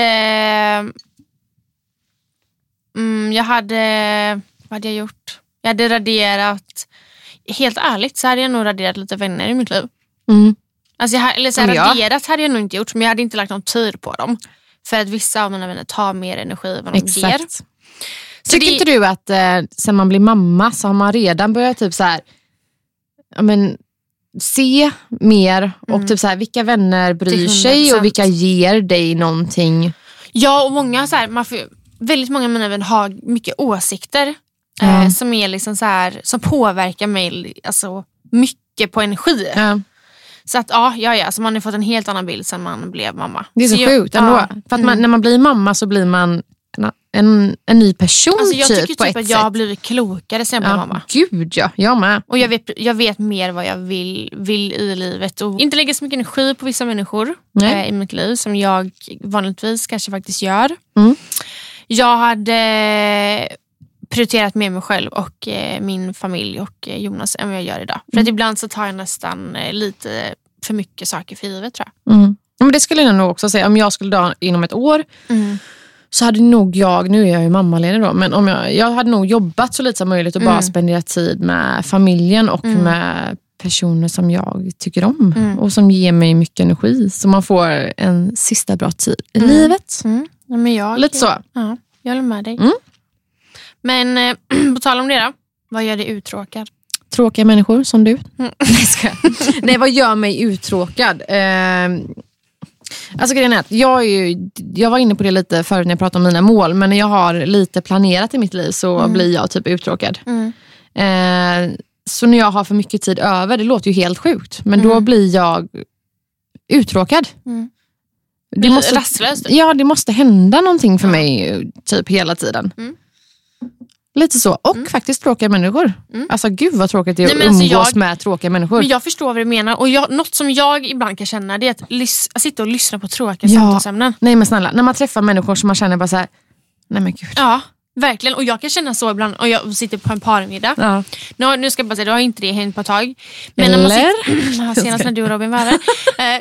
Mm, jag hade... Vad hade jag gjort? Jag hade raderat... Helt ärligt så hade jag nog raderat lite vänner i mitt liv. Mm. Alltså jag, ha- eller så Som jag. raderat hade jag nog inte gjort, men jag hade inte lagt någon tid på dem. För att vissa av mina vänner tar mer energi än vad de ger. Exakt. Tycker det- inte du att eh, sen man blir mamma så har man redan börjat typ så här, ja, men, se mer och typ så här, vilka vänner bryr sig Mm. 100%. och vilka ger dig någonting? Ja, och många så här, man får, väldigt många av mina vänner har mycket åsikter eh, som, är liksom så här, som påverkar mig alltså, mycket på energi. Ja, Så att ja, ja, ja. Så man har fått en helt annan bild sen man blev mamma. det är så, jag- sjukt ändå. ja. Mm. För att man, när man blir mamma så blir man en, en, en ny person Alltså, jag typ, tycker på typ ett att jag har sätt. blivit klokare sen jag blev ja, mamma. Gud ja, jag med. Och jag vet, jag vet mer vad jag vill, vill i livet och inte lägger så mycket energi på vissa människor Nej. eh, i mitt liv som jag vanligtvis kanske faktiskt gör. Mm. Jag hade eh, prioriterat med mig själv och eh, min familj och eh, Jonas än vad jag gör idag. För Mm. att ibland så tar jag nästan eh, lite för mycket saker för givet tror jag. Mm. Ja, Men det skulle jag nog också säga. Om jag skulle dö inom ett år Mm. så hade nog jag, nu är jag ju mammaledig då, men om jag, jag hade nog jobbat så lite som möjligt och bara Mm. spenderat tid med familjen och Mm. med personer som jag tycker om Mm. och som ger mig mycket energi. Så man får en sista bra tid i Mm. livet. Mm. Ja, men jag, Lite så. Ja, jag håller med dig. Mm. Men eh, på tal om det då, vad gör dig uttråkad? Tråkiga människor som du. Nej, ska jag. Nej, vad gör mig uttråkad? Eh, alltså grejen är att jag, är ju, jag var inne på det lite förut när jag pratade om mina mål, men när jag har lite planerat i mitt liv så blir jag typ uttråkad. Mm. Eh, så när jag har för mycket tid över, det låter ju helt sjukt, men då blir jag uttråkad. Mm. Det måste, Rastlös? typ. ja, det måste hända någonting för mig typ hela tiden. Mm. Lite så. Och faktiskt tråkiga människor. Mm. Alltså gud vad tråkigt det är att Nej, men alltså, umgås jag- med tråkiga människor. Men jag förstår vad du menar. Och jag, något som jag ibland kan känna det är att, lys- att sitta och lyssna på tråkiga Ja. samtalsämnen. Nej men snälla, när man träffar människor som man känner bara så här, nej men gud. Ja, verkligen. Och jag kan känna så ibland om jag sitter på en parmiddag. Ja. Nu, har- nu ska jag bara säga, det har inte det hänt på ett tag. Men När Eller? man sitter, Ja, senast när du och Robin var här. eh,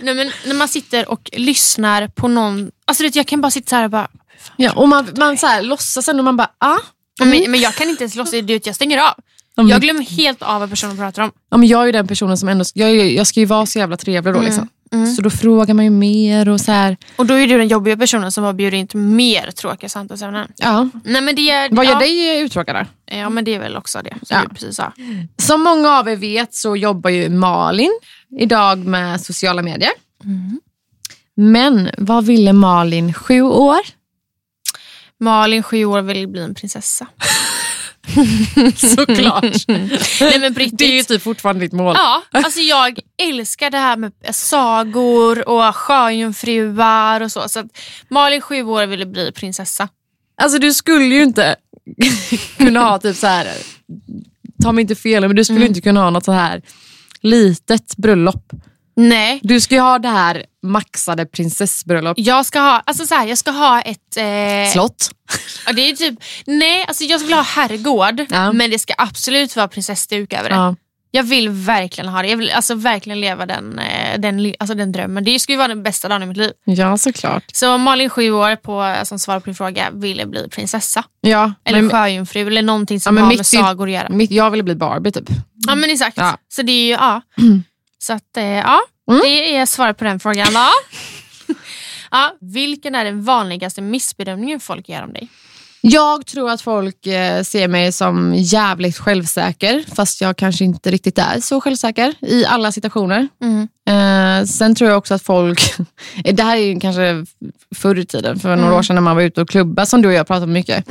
nej, men när man sitter och lyssnar på någon. Alltså du vet, jag kan bara sitta så här och bara. "Fy fan." Ja, och man, man så här, låtsas ändå, man bara, ah. Men, men jag kan inte ens låtsas, du vet, jag stänger av. Ja, men- Jag glömmer helt av vad personen pratar om. Ja, men jag är ju den personen som ändå, jag, är- jag ska ju vara så jävla trevlig då. Liksom. Så då frågar man ju mer och så här. Och då är du den jobbiga personen som bara bjuder in till mer tråkiga samtalsämnen. Ja. Nej, men det, är- Vad gör ja. dig uttråkad då? Ja men det är väl också det som Ja. du precis sa. Som många av er vet så jobbar ju Malin idag med sociala medier. Mm. Men vad ville Malin sju år? Malin, sju år, vill bli en prinsessa. Såklart. Nej men på riktigt. det är ju typ fortfarande ditt mål. Ja, alltså jag älskar det här med sagor och sjöjungfruar och så. så att Malin, sju år, ville bli prinsessa. Alltså du skulle ju inte kunna ha typ så här. ta mig inte fel, men du skulle ju inte kunna ha något så här litet bröllop. Nej. Du ska ju ha det här maxade prinsessbröllop. Jag ska ha, alltså så här, jag ska ha ett... Eh, Slott. ja, det är typ, nej, alltså jag skulle ha herrgård, Ja. men det ska absolut vara prinsessduk över det. Ja. Jag vill verkligen ha det. Jag vill alltså verkligen leva den, eh, den, li- alltså den drömmen. Det skulle ju vara den bästa dagen i mitt liv. ja, såklart. Så Malin, sju år, på, eh, som svar på din fråga, ville bli prinsessa. Ja, Eller men, sjöjungfru, eller någonting som men har mitt med i- sagor att göra. mitt, jag ville bli Barbie typ. Ja, men exakt. Ja. Mm. Så det är ju, ja. Så att, eh, ja. Det är svaret på den frågan. Ja. ja. Vilken är den vanligaste missbedömningen folk gör om dig? Jag tror att folk eh, ser mig som jävligt självsäker, fast jag kanske inte riktigt är så självsäker i alla situationer. Mm. Eh, sen tror jag också att folk, det här är ju kanske förr i tiden, för några Mm. år sedan när man var ute och klubba som du och jag pratade om mycket.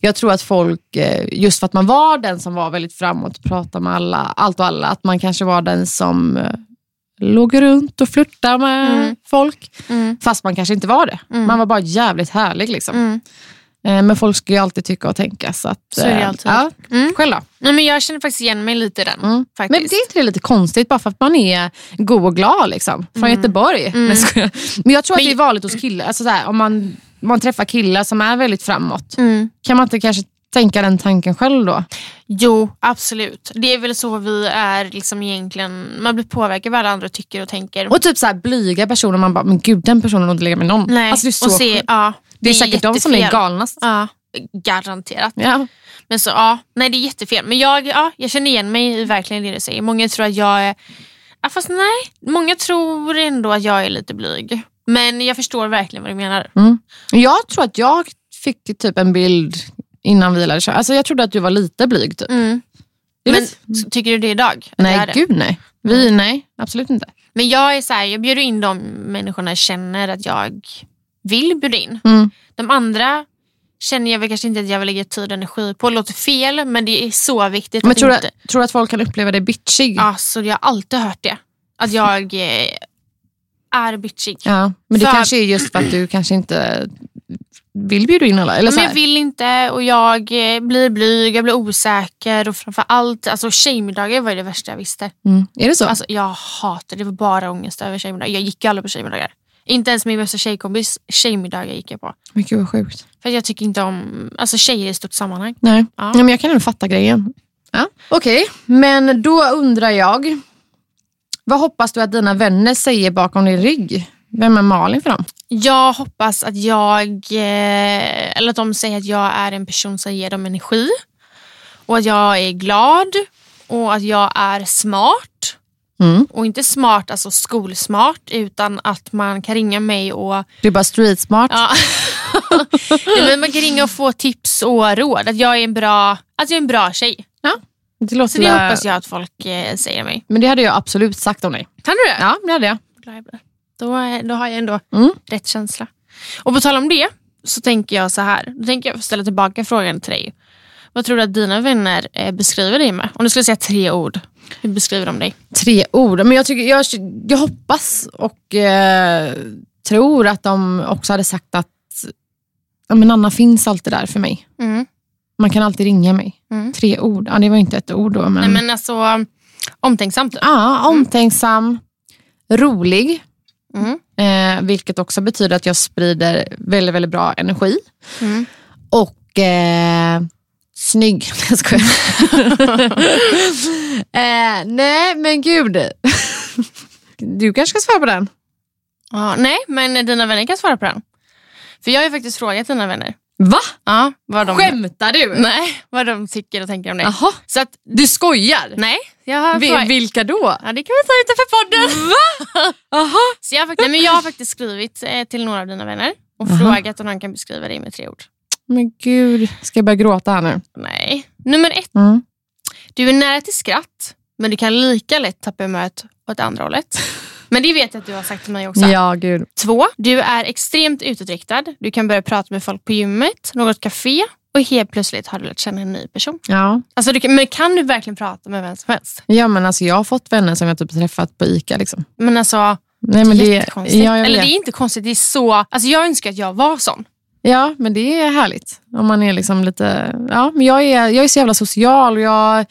Jag tror att folk, eh, just för att man var den som var väldigt framåt och pratade med alla, allt och alla, att man kanske var den som eh, låg runt och flörtade med Mm. folk. Fast man kanske inte var det. Man var bara jävligt härlig. liksom. Eh, Men folk ska ju alltid tycka och tänka. Så, att, Mm. Så är det eh, alltid. Ja. Mm. Själv då? Nej, men jag känner faktiskt igen mig lite i den. Mm. Men det Faktiskt. är inte det lite konstigt bara för att man är god och glad liksom, från Mm. Göteborg? Nej, skojar. Men jag tror att det är vanligt hos killar. Alltså, så här, om man, man träffar killar som är väldigt framåt, Mm. kan man inte kanske tänka den tanken själv då? Jo, absolut. Det är väl så vi är liksom egentligen. Man blir påverkad av vad alla andra tycker och tänker. Och typ så här, blyga personer, man bara, men gud den personen har inte legat med någon. Nej. Alltså, det är, så och se, sjukt. ja, det är säkert de som är jättefel. galnast. Ja, garanterat. Ja. Men så, ja, nej det är jättefel. Men jag, ja, jag känner igen mig i verkligen det du säger. Många tror att jag är... Ja, fast nej, många tror ändå att jag är lite blyg. Mm. Men jag förstår verkligen vad du menar. Jag tror att jag fick typ en bild innan vi lärde känna. Alltså jag trodde att du var lite blyg typ. Mm. Det är Men lite- så tycker du det idag? Att jag är nej, det? Mm. gud nej. Vi, nej, absolut inte. Men jag är så här, jag bjuder in de människorna jag känner att jag vill bjuda in. Mm. De andra känner jag väl kanske inte att jag vill lägga tid och energi på. Det låter fel men det är så viktigt. Men att tror du, inte... tror du att folk kan uppleva dig bitchig? Alltså jag har alltid hört det. Att jag eh, är bitchig. Ja, men det För- kanske är just för att du kanske inte vill bjuda in alla. Eller så Men här. jag vill inte och jag eh, blir blyg, jag blir osäker och framförallt alltså, tjejmiddagar var ju det värsta jag visste. mm. Är det så? Alltså, jag hatar det, var bara ångest över tjejmiddagar. Jag gick ju aldrig på tjejmiddagar. Inte ens min bästa tjejkompis tjejmiddagar gick jag på. men gud vad sjukt. För att jag tycker inte om alltså, tjejer i stort sammanhang. Nej. Ja. Ja, men jag kan ändå fatta grejen. Ja. Okej, men då undrar jag. Vad hoppas du att dina vänner säger bakom din rygg? Vem är Malin för dem? Jag hoppas att jag, eh, eller att de säger att jag är en person som ger dem energi. Och att jag är glad. Och att jag är smart. Mm. Och inte smart, alltså skolsmart, utan att man kan ringa mig och... Du är bara streetsmart. Ja. Nej, men man kan ringa och få tips och råd. Att jag är en bra, att jag är en bra tjej. Det låter Så det väl- hoppas jag att folk eh, säger mig. Men det hade jag absolut sagt om dig. Kan du det? Ja, det hade jag. glad jag blir. Då, är- då har jag ändå Mm. rätt känsla. Och på tal om det så tänker jag så här. Då tänker jag ställa tillbaka frågan till dig. Vad tror du att dina vänner eh, beskriver dig med? Om du skulle säga tre ord, hur beskriver de dig? Tre ord. Men jag, tycker, jag, jag hoppas och eh, tror att de också hade sagt att ja, men Anna finns alltid där för mig. Man kan alltid ringa mig. Mm. Tre ord. Ja, det var ju inte ett ord då. Men... Nej, men alltså, omtänksamt. Ja, omtänksam, rolig. Mm. Eh, vilket också betyder att jag sprider väldigt, väldigt bra energi. Mm. Och eh, snygg. Jag skojar. eh, nej, men gud. Du kanske ska svara på den? Ja, nej, men dina vänner kan svara på den. För jag har ju faktiskt frågat dina vänner. Va? Ja, vad de, Skämtar du? Nej, vad de tycker och tänker om dig. Jaha, Så att, du skojar? nej, jag har Vi- frågat- vilka då? Ja, det kan vi ta utanför podden. Aha. Så jag, har fakt- nej, men jag har faktiskt skrivit eh, till några av dina vänner och Aha. frågat om de kan beskriva dig med tre ord. Men gud, ska jag börja gråta här nu? Nej. Nummer ett, Mm. du är nära till skratt, men du kan lika lätt tappa humöret åt andra hållet. Men det vet jag att du har sagt till mig också. Ja, gud. Två, du är extremt utåtriktad. Du kan börja prata med folk på gymmet, något café och helt plötsligt har du lärt känna en ny person. Ja. Alltså, du kan, men kan du verkligen prata med vem som helst? ja, men alltså jag har fått vänner som jag typ träffat på ICA. Liksom. Men alltså, Nej, men det, jättekonstigt. ja, jag Eller vet. det är inte konstigt, det är så... Alltså, jag önskar att jag var sån. ja, men det är härligt. Om man är liksom lite... Ja, men jag är, jag är så jävla social och jag,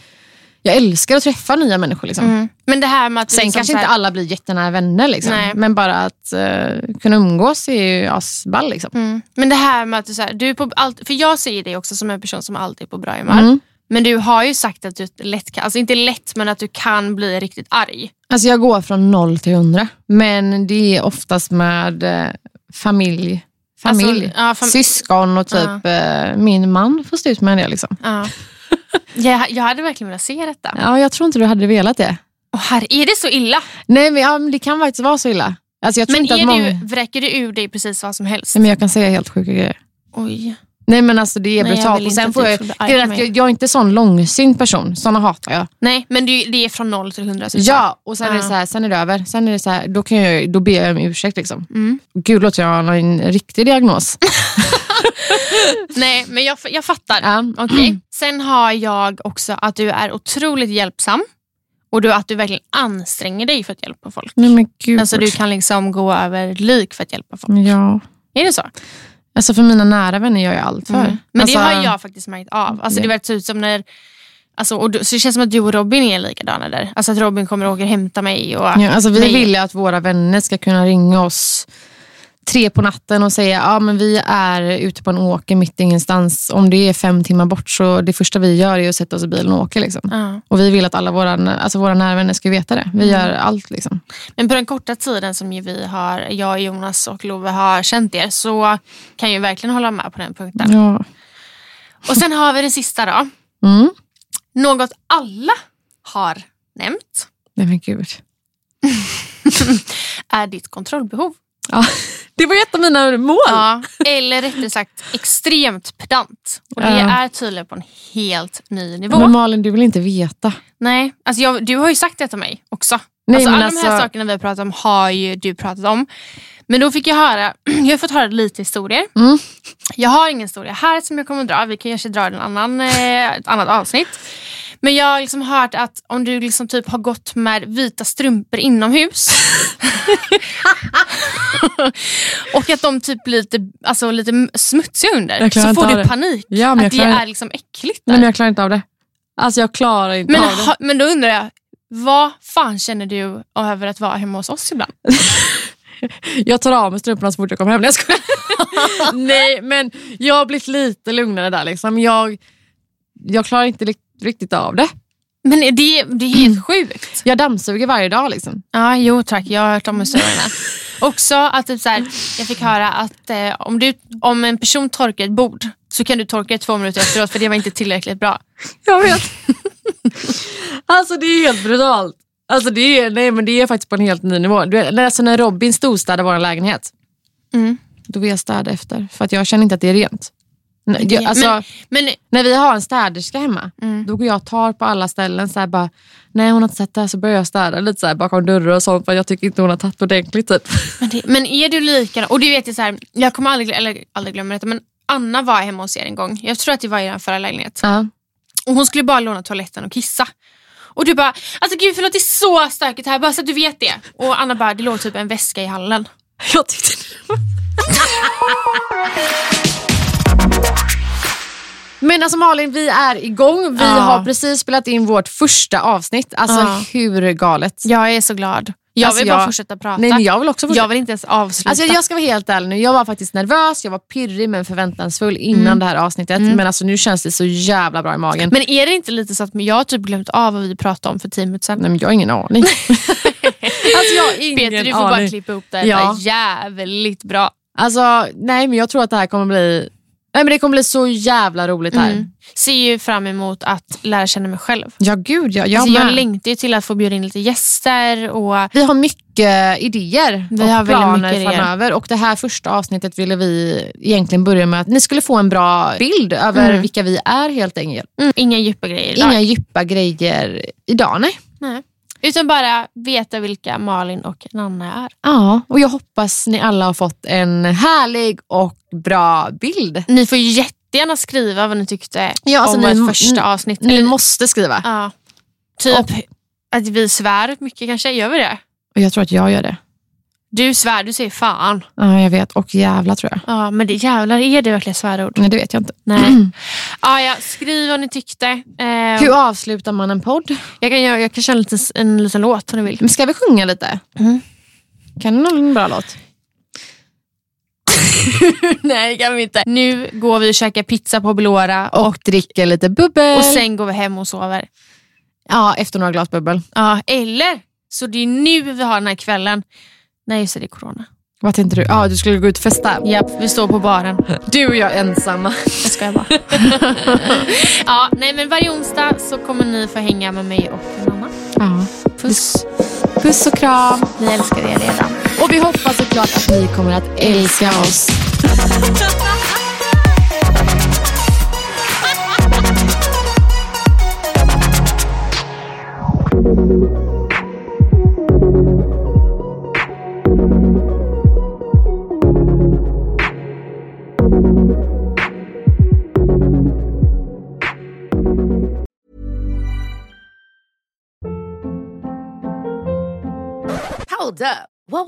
jag älskar att träffa nya människor. Liksom. Men det här med att... du Sen Mm. liksom kanske så här- inte alla blir jättenära vänner, liksom. Nej. men bara att eh, kunna umgås är ju asball. Liksom. Mm. Men det här med att du, så här, du är på allt, för jag ser ju dig också som en person som alltid är på bra humör. Mm. Men du har ju sagt att du lätt kan, alltså inte lätt men att du kan bli riktigt arg. Alltså jag går från noll till hundra, men det är oftast med eh, familj, familj. Alltså, ja, fam- syskon och typ eh, min man får stå ut med det. Liksom. Ja. jag, jag hade verkligen velat se detta. Ja, jag tror inte du hade velat det. Och här, är det så illa? Nej, men, ja, men det kan faktiskt vara så illa. Alltså, jag tror Men inte att Mm. är många... du, vräker du ur dig precis vad som helst? Nej, men jag kan säga helt sjuka grejer. Oj. Nej men alltså det är Nej, jag brutalt. vill Och inte sen att får du jag, ska bli arg grejen är på att mig. jag, jag är inte sån långsint person. Såna hatar jag. Nej, men du, det är från noll till hundra. så att säga. Ja, och sen är det Ja. så här, sen är det över. Sen är det så här, då, kan jag, då ber jag om ursäkt. Liksom. Mm. Gud, låter jag ha en riktig diagnos? Nej, men jag, jag fattar. ja. Okej. Sen har jag också att du är otroligt hjälpsam. Och du, att du verkligen anstränger dig för att hjälpa folk. Nej men gud. Alltså du kan liksom gå över lik för att hjälpa folk. Ja. Är det så? Alltså för mina nära vänner gör jag allt för. Mm. Men alltså, det har jag faktiskt märkt av. Alltså, det det- verkar se ut som när... Alltså, och du, så det känns som att du och Robin är likadana där. Alltså att Robin kommer och åker och hämtar mig. Och, Ja, alltså vi Nej. vill ju att våra vänner ska kunna ringa oss tre på natten och säga ja men vi är ute på en åker mitt i ingenstans. Om det är fem timmar bort så det första vi gör är att sätta oss i bilen och åka. Liksom. Ja. Och vi vill att alla våra, alltså våra nära vänner ska veta det. Vi gör allt. Liksom. Men på den korta tiden som ju vi har, jag, Jonas och Love har känt er så kan jag ju verkligen hålla med på den punkten. Ja. Och sen har vi den sista då. Mm. Något alla har nämnt Nej men gud. är ditt kontrollbehov. Ja, det var ju ett av mina mål. Ja, eller rättare sagt extremt pedant. Och det Ja. är tydligen på en helt ny nivå. Men Malin, du vill inte veta. Nej, alltså jag, du har ju sagt det till mig också. Nej, alltså, men alla de här alltså- sakerna vi har pratat om har ju du pratat om. Men då fick jag höra, jag har fått höra lite historier. Mm. Jag har ingen historia här som jag kommer att dra, vi kan kanske dra en annan, eh, ett annat avsnitt. Men jag har liksom hört att om du liksom typ har gått med vita strumpor inomhus och att de typ blir lite, alltså lite smutsiga under Jag klarar så inte får av du det. panik. Ja, men att jag det klarar- är liksom äckligt. där. Nej, men jag klarar inte av det. Alltså jag klarar inte Men, av det. ha, men då undrar jag, vad fan känner du över att vara hemma hos oss ibland? Jag tar av mig strumporna så fort jag kommer hem. Nej, jag skojar. Nej, men jag har blivit lite lugnare där. Liksom. Jag, jag klarar inte li- riktigt av det. Men är det, det är helt sjukt. Jag dammsuger varje dag. Liksom. Ja, jo tack, jag har hört om historierna. Också att typ så här, jag fick höra att eh, om, du, om en person torkar ett bord så kan du torka det två minuter efteråt för det var inte tillräckligt bra. Jag vet. alltså det är helt brutalt. Alltså det är, nej, men det är faktiskt på en helt ny nivå. Du vet, när- alltså, när Robin storstädade vår lägenhet, Mm. då vill jag städa efter. För att jag känner inte att det är rent. Nej, jag, alltså, Men, men När vi har en städerska hemma, då går jag och tar på alla ställen. Så här, bara, Nej, hon har inte sett det här. Så börjar jag städa lite så här, bakom dörrar och sånt. För jag tycker inte hon har tagit ordentligt. Typ. Men, det, men är du likadan? Och du vet, det är så här, jag kommer aldrig, eller, aldrig glömma detta, men Anna var hemma hos er en gång. Jag tror att det var i den förra lägenheten. Ja. Och hon skulle bara låna toaletten och kissa. Och du bara, alltså gud förlåt det är så stökigt här, bara så att du vet det. Och Anna bara, det låg typ en väska i hallen. Jag tyckte det var- Men alltså Malin, vi är igång. Vi Ja. har precis spelat in vårt första avsnitt. Alltså Ja. hur galet? Jag är så glad. Jag Alltså, vill jag- bara fortsätta prata. Nej, men jag vill också fortsätta. Jag vill inte ens avsluta. Alltså, jag ska vara helt ärlig nu. Jag var faktiskt nervös, jag var pirrig men förväntansfull innan det här avsnittet. Men alltså, nu känns det så jävla bra i magen. Men är det inte lite så att jag har typ glömt av vad vi pratade om för tio minuter sedan? Nej, men jag har ingen aning. alltså, jag har ingen Peter du får aning. bara klippa ihop det här Ja. jävligt bra. Alltså, nej, men jag tror att det här kommer bli... Nej, men det kommer bli så jävla roligt här. Mm. Ser ju fram emot att lära känna mig själv. Ja, gud ja. Jag, alltså, jag med. Mm. längtar ju till att få bjuda in lite gäster och Vi har mycket idéer Vi och har väldigt planer mycket idéer. framöver. Och Det här första avsnittet ville vi egentligen börja med att ni skulle få en bra bild över Mm. vilka vi är helt enkelt. mm, inga djupa grejer idag. Inga djupa grejer idag, nej. Utan bara veta vilka Malin och Nanna är. Ja, och jag hoppas ni alla har fått en härlig och bra bild. Ni får ju jättegärna skriva vad ni tyckte Ja, alltså, om ni- vårt första avsnitt. Ni Eller- måste skriva. ja, typ Och- att vi svär mycket kanske. Gör vi det? Och jag tror att jag gör det. Du svär, du säger fan. Ja, jag vet. Och jävla tror jag. Ja, men det jävlar, är det verkligen svärord? Nej, det vet jag inte. Nej. Mm. ja, ja, skriv vad ni tyckte. Eh, Hur avslutar man en podd? jag, kan, jag, jag kan köra en liten, en liten låt om ni vill. Men Ska vi sjunga lite? Mm. Kan du någon bra låt? Nej, kan vi inte. Nu går vi och käkar pizza på Belora och, Och dricker lite bubbel. och sen går vi hem och sover. ja, efter några glas bubbel. Ja, eller så det är nu vi har den här kvällen. Nej, just det, det är corona. Vad tänkte du? Ja, du skulle gå ut och festa. Japp, vi står på baren. Du och jag ensamma. Jag skojar bara. ja, nej, men varje onsdag så kommer ni få hänga med mig och mamma. Ja. Puss. Puss och kram. Ni älskar er redan. Och vi hoppas såklart att ni kommer att älska oss. Hold up. What